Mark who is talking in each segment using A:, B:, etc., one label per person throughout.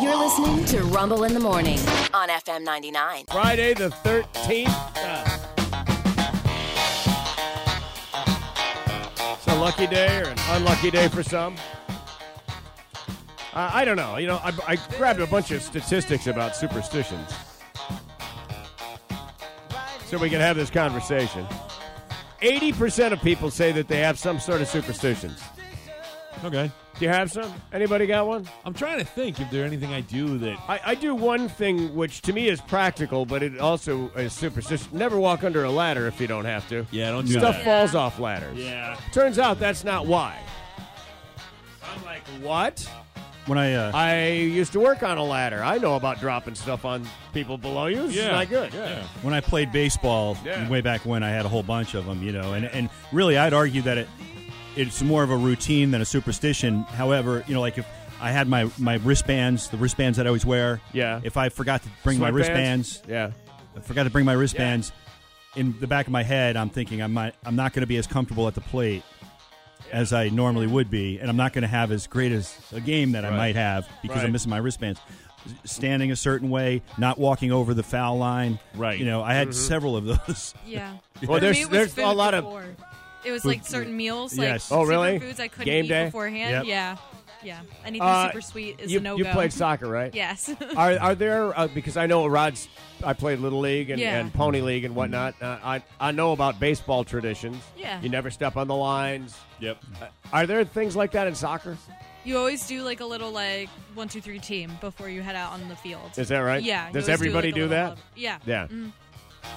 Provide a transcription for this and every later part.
A: You're listening to Rumble in the Morning on FM 99.
B: Friday the 13th. Uh, it's a lucky day or an unlucky day for some. Uh, I don't know. You know, I, I grabbed a bunch of statistics about superstitions. So we can have this conversation. 80% of people say that they have some sort of superstitions.
C: Okay.
B: Do you have some? Anybody got one?
C: I'm trying to think if there anything I do that.
B: I, I do one thing which to me is practical, but it also is superstitious. Never walk under a ladder if you don't have to.
C: Yeah, don't do
B: Stuff
C: that.
B: falls off ladders.
C: Yeah.
B: Turns out that's not why. I'm like, what?
D: When I, uh,
B: I used to work on a ladder. I know about dropping stuff on people below you. It's
C: Yeah.
B: not good.
C: Yeah.
D: when I played baseball
B: Yeah.
D: way back when, I had a whole bunch of them, you know, and, and really I'd argue that it it's more of a routine than a superstition. However, you know, like if I had my, my wristbands, the wristbands that I always wear.
B: Yeah.
D: If I forgot to bring my
B: Sweatbands?
D: wristbands,
B: Yeah.
D: I forgot to bring my wristbands. In the back of my head, I'm thinking I'm not, I'm not going to be as comfortable at the plate as I normally would be, and I'm not going to have as great as a game that I might have because
B: Right.
D: I'm missing my wristbands. S- Standing a certain way, not walking over the foul line.
C: Right.
D: You know, I
B: Mm-hmm.
D: had several of those.
E: Yeah.
B: Well,
E: For
B: there's-
E: me, it was
B: there's a
E: food
B: lot of-
E: before. It was like certain meals, like
D: Yes.
B: Oh, really?
E: foods I couldn't
B: Game
E: eat
B: day?
D: Yep.
E: beforehand. Yeah, yeah. Anything
B: Uh,
E: super sweet is
B: you,
E: a no
B: you
E: go.
B: played soccer, right?
E: Yes.
B: are are there uh, because I know Rod's I played little league and,
E: Yeah.
B: and pony league and whatnot. Uh, I I know about baseball traditions.
E: Yeah.
B: you never step on the lines.
C: Yep.
B: Uh, are there things like that in soccer?
E: you always do like a little like one two three team before you head out on the field.
B: Is that right?
E: Yeah. you
B: Does
E: always
B: everybody do
E: do, like, a little
B: that?
E: level- Yeah.
B: Yeah.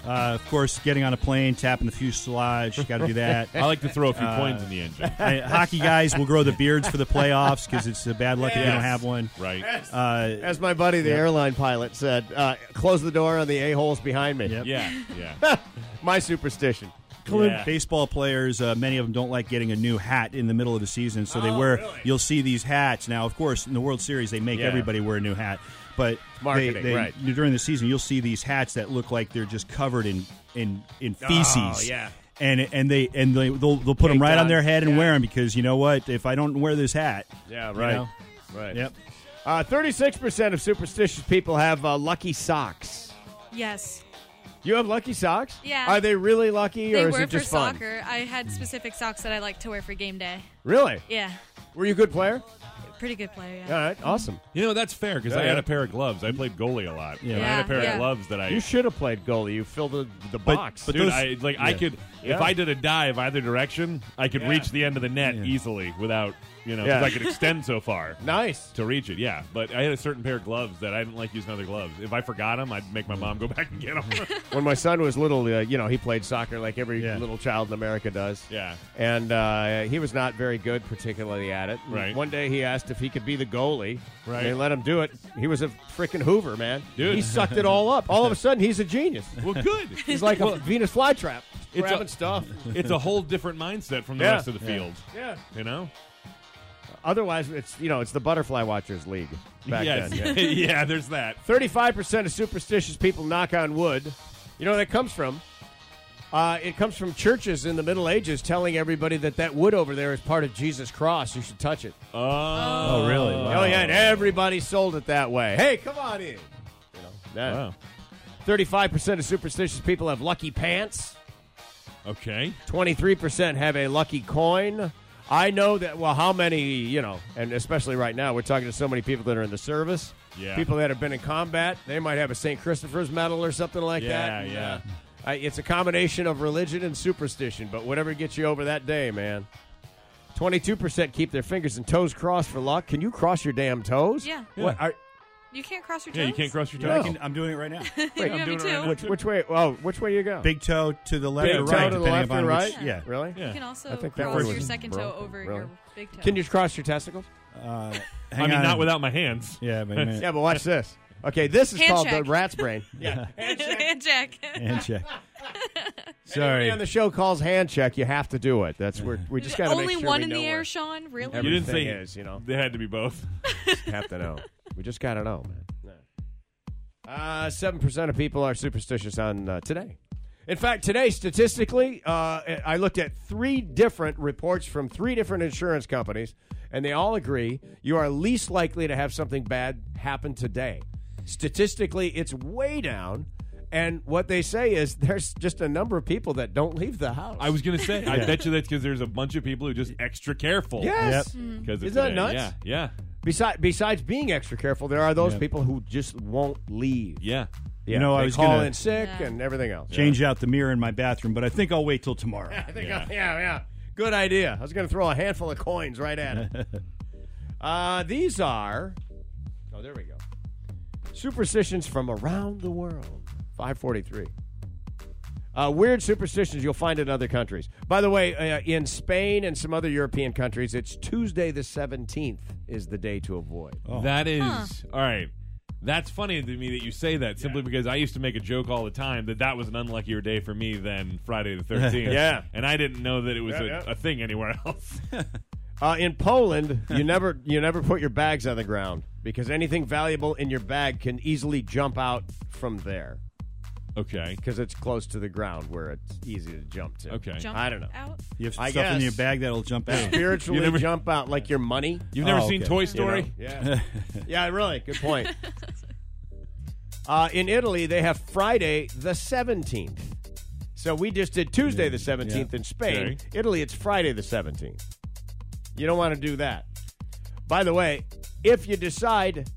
D: Uh, of course, getting on a plane, tapping the fuselage, got to do that.
C: I like to throw a few coins in the engine.
D: I- hockey guys will grow the beards for the playoffs because it's a bad luck if they don't
B: Yes.
D: have one.
C: Right.
D: Uh,
B: As my buddy, the airline pilot, said, uh, "Close the door on the a holes behind me."
D: Yep.
C: Yeah. Yeah.
B: My superstition.
C: Yeah.
D: Baseball players, uh, many of them don't like getting a new hat in the middle of the season, so they
B: Oh,
D: wear.
B: really?
D: You'll see these hats now. Of course, in the World Series, they make
B: Yeah.
D: everybody wear a new hat, but they,
B: Marketing,
D: they,
B: right.
D: during the season, you'll see these hats that look like they're just covered in in in feces.
B: Oh, yeah.
D: And, and they and they they'll, they'll put them
B: Caked
D: right on,
B: on,
D: their head and
B: yeah.
D: wear them because you know what if I don't wear this hat
B: Yeah.
D: you
B: Right.
D: know?
B: Right.
D: yep
B: Uh, Thirty-six percent of superstitious people have uh, lucky socks.
E: Yes.
B: You have lucky socks?
E: Yeah.
B: Are they really lucky,
E: They
B: or is
E: were
B: it
E: for
B: just fun? Mm.
E: soccer. I had specific socks that I like to wear for game day.
B: Really?
E: Yeah.
B: Were you a good player?
E: Pretty good player.
B: All right. Awesome.
C: You know that's fair because
B: Yeah,
C: I had
B: yeah.
C: a pair of gloves. I played goalie a lot.
D: Yeah.
C: And I had
E: Yeah,
C: a pair
E: yeah.
C: of gloves that I.
B: You should have played goalie. You filled the, the
D: But-
B: box.
D: but
C: Dude,
D: those-
C: I like I
D: yeah.
C: could
B: Yeah.
C: if I did a dive either direction, I could
B: Yeah.
C: reach the end of the net
D: Yeah.
C: easily without you know
B: Yeah.
C: because I could extend so far
B: nice.
C: to reach it. Yeah, but I had a certain pair of gloves that I didn't like using other gloves. If I forgot them, I'd make my mom go back and get them.
B: When my son was little, uh, you know, he played soccer like every
D: Yeah.
B: little child in America does.
C: yeah,
B: And uh, he was not very good, particularly at it.
C: Right.
B: One day he asked if he could be the goalie.
C: Right.
B: They let him do it. He was a freaking Hoover, man.
C: Dude.
B: He sucked it all up. All of a sudden, he's a genius.
C: well, good.
B: He's like a Venus flytrap.
C: It's
B: grabbing
C: a-
B: stuff.
C: it's a whole different mindset from the
B: Yeah.
C: rest of the field.
B: Yeah.
C: You know,
B: Otherwise, it's you know, it's the butterfly watchers league back
C: yes,
B: then. yeah.
C: yeah. There's that.
B: 35% of superstitious people knock on wood. You know where that comes from? Uh, it comes from churches in the Middle Ages telling everybody that that wood over there is part of Jesus' cross. You should touch it.
C: Oh,
D: Oh, really? Wow.
B: Oh, yeah, and everybody sold it that way. Hey, come on in. You know, that.
C: Wow.
B: 35% of superstitious people have lucky pants.
C: Okay.
B: 23% have a lucky coin. I know that, well, how many, you know, and especially right now, we're talking to so many people that are in the service.
C: Yeah.
B: People that have been in combat, they might have a St. Christopher's medal or something like
C: Yeah,
B: that.
C: yeah.
B: uh, I, it's a combination of religion and superstition, but whatever gets you over that day, man. 22% keep their fingers and toes crossed for luck. Can you cross your damn toes?
E: Yeah.
B: What, are,
E: You can't cross your toes.
C: Yeah, you can't cross your
D: Yeah, I
C: toes.
D: can, I'm doing it right now
E: you
C: I'm
E: have me
C: doing it right
E: too.
C: now.
B: which, which way? Oh, which way you go?
D: big toe to the left
C: Big
D: or
C: toe
D: right
C: to the
D: depending
B: left
D: upon
B: or right?
D: which, yeah
B: Really?
C: Yeah.
E: You can also
B: I think that
E: cross
B: word
E: your
B: was
E: second
B: broken,
E: toe over
B: really.
E: your big toe.
B: Can you cross your testicles?
D: Uh, hang
C: I mean,
D: on.
C: not without my hands.
D: yeah wait a minute.
B: Yeah, but watch this. Okay, this is
E: Hand
B: called
E: check.
B: the rat's brain. yeah.
E: hand check?
D: and check.
B: Anybody
D: Sorry.
B: on the show calls hand check, you have to do it. That's where we just got to
E: Only
B: make sure
E: one
B: we
E: in
B: know
E: the
B: where
E: air, Sean. Really?
B: everything
C: You didn't say
B: is, you know.
C: They had to be both.
B: You have to know. We just got to know, man. Seven percent of people are superstitious on uh, today. In fact, today, statistically, uh, I looked at three different reports from three different insurance companies, and they all agree you are least likely to have something bad happen today. Statistically, it's way down. And what they say is there's just a number of people that don't leave the house.
C: I was gonna say, I bet you that's because there's a bunch of people who are just extra careful.
B: Yes.
D: Yep.
C: because
B: Isn't that nuts?
C: Yeah, yeah,
B: Besides, besides being extra careful, there are those
D: Yeah.
B: people who just won't leave.
C: yeah.
B: Yeah,
D: know, I
B: they
D: was
B: call
D: gonna-
B: in sick
E: Yeah.
B: and everything else.
D: Change out the mirror in my bathroom, but I think I'll wait till tomorrow.
B: I think yeah. yeah, yeah. Good idea. I was going to throw a handful of coins right at it. uh, these are. Oh, there we go. Superstitions from around the world. 543. Uh, weird superstitions you'll find in other countries. By the way, uh, in Spain and some other European countries, it's Tuesday the 17th is the day to avoid.
C: That is all right. That's funny to me that you say that simply because I used to make a joke all the time that that was an unluckier day for me than Friday the 13th.
B: Yeah.
C: And I didn't know that it was
B: Yeah,
C: a,
B: yeah.
C: a thing anywhere else.
B: Uh, in Poland, you never you never put your bags on the ground because anything valuable in your bag can easily jump out from there.
C: okay.
B: because it's close to the ground where it's easy to jump to.
C: Okay.
E: Jump
B: I don't know.
E: Out.
D: You have
B: I
D: stuff in
B: guess.
D: your bag that'll jump out.
B: Spiritually
C: You never-
B: jump out like your money.
C: You've never
D: Oh,
C: seen
D: okay.
C: Toy
B: you know?
C: Story?
B: Yeah. yeah, really. Good point. Uh, in Italy, they have Friday the 17th. So we just did Tuesday the 17th in Spain.
C: Okay.
B: Italy, it's Friday the 17th. You don't want to do that. By the way, if you decide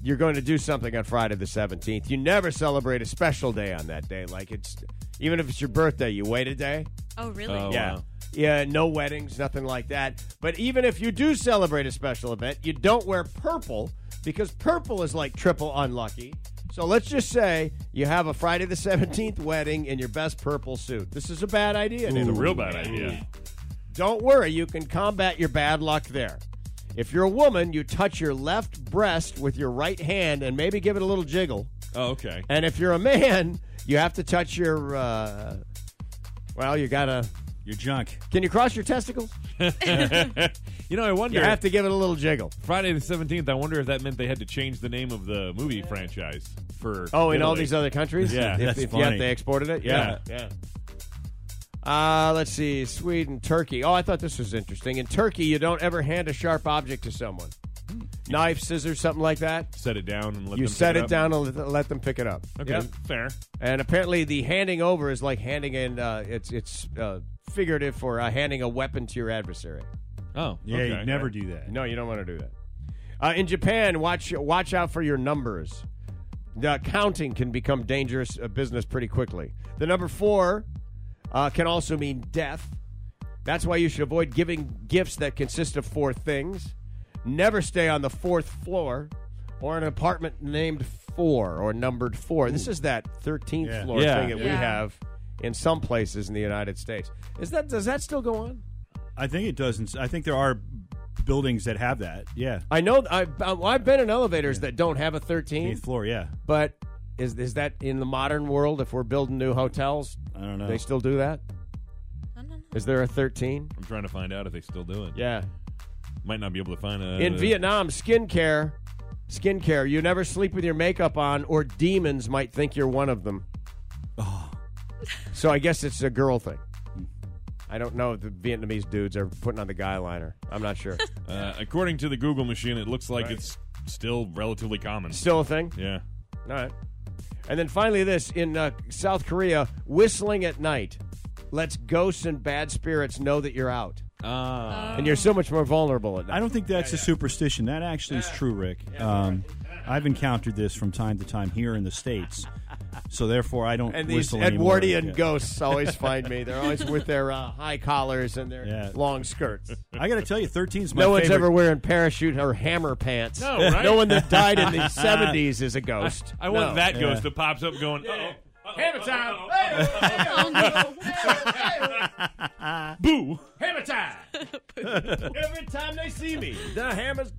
B: you're going to do something on Friday the 17th, you never celebrate a special day on that day. Like it's, even if it's your birthday, you wait a day.
E: Oh, really?
C: Oh.
B: Yeah.
C: wow.
B: Yeah, no weddings, nothing like that. But even if you do celebrate a special event, you don't wear purple because purple is like triple unlucky. So let's just say you have a Friday the 17th wedding in your best purple suit. This is a bad idea.
C: It's a
B: Nina.
C: real bad idea.
B: Don't worry, you can combat your bad luck there. If you're a woman, you touch your left breast with your right hand and maybe give it a little jiggle.
C: Oh, okay.
B: And if you're a man, you have to touch your, uh, well, you gotta.
D: Your junk.
B: Can you cross your testicles?
C: You know, I wonder.
B: You have to give it a little jiggle.
C: Friday the 17th, I wonder if that meant they had to change the name of the movie franchise for.
B: Oh, in all
C: Italy.
B: these other countries?
C: Yeah,
B: If-
D: that's
B: if,
D: funny.
B: Yeah, they exported it?
C: Yeah.
B: Yeah. Yeah. Uh, let's see. Sweden, Turkey. Oh, I thought this was interesting. In Turkey, you don't ever hand a sharp object to someone knife, scissors, something like that.
C: Set it down and let
B: You
C: them
B: set
C: pick
B: it,
C: up.
B: down and let- let them pick it up.
C: Okay,
B: Yep.
C: fair.
B: And apparently, the handing over is like handing in, uh, it's, it's uh, figurative for uh, handing a weapon to your adversary.
C: Oh,
D: Yeah,
C: okay.
D: you'd never do that.
B: No, you don't want to do that. Uh, in Japan, watch watch out for your numbers. The counting can become dangerous uh, business pretty quickly. The number four uh, can also mean death. That's why you should avoid giving gifts that consist of four things. Never stay on the fourth floor or an apartment named four or numbered four. This is that 13th
D: Yeah.
B: floor
C: Yeah.
B: thing that we
E: Yeah.
B: have in some places in the United States. Is that does that still go on?
D: I think it doesn't. I think there are buildings that have that. Yeah.
B: I know I, I, have been in elevators that don't have a 13th
D: Eighth floor, yeah.
B: But is is that in the modern world? If we're building new hotels,
D: I don't know.
B: they still do that?
E: I don't know.
B: Is there a thirteen?
C: I'm trying to find out if they still do it.
B: Yeah.
C: Might not be able to find a.
D: Uh,
B: In Vietnam, skincare, skincare. You never sleep with your makeup on, or demons might think you're one of them.
E: Oh.
B: So I guess it's a girl thing.
D: Hmm.
B: I don't know if the Vietnamese dudes are putting on the guy liner. I'm not sure.
C: Uh, according to the Google machine, it looks like it's still relatively common.
B: Still a thing.
C: Yeah.
B: All right. And then finally, this in uh, South Korea, whistling at night lets ghosts and bad spirits know that you're out,
C: Uh,
B: and you're so much more vulnerable at night.
D: I don't think that's a superstition. That actually is true, Rick. Um, I've encountered this from time to time here in the states, so therefore I don't.
B: And these
D: whistle anymore.
B: Edwardian
D: Yeah.
B: ghosts always find me. They're always with their uh, high collars and their
D: Yeah.
B: long skirts.
D: I got to tell you, 13's my
B: no one's
D: favorite.
B: ever wearing parachute or hammer pants.
C: No, right?
B: no one that died in the 70s is a ghost.
C: I want
B: No.
C: that ghost
D: Yeah.
C: that pops up going, oh.
B: Hammer time! Hey,
C: Boo!
B: Hammer time! Every time they see me, the hammer's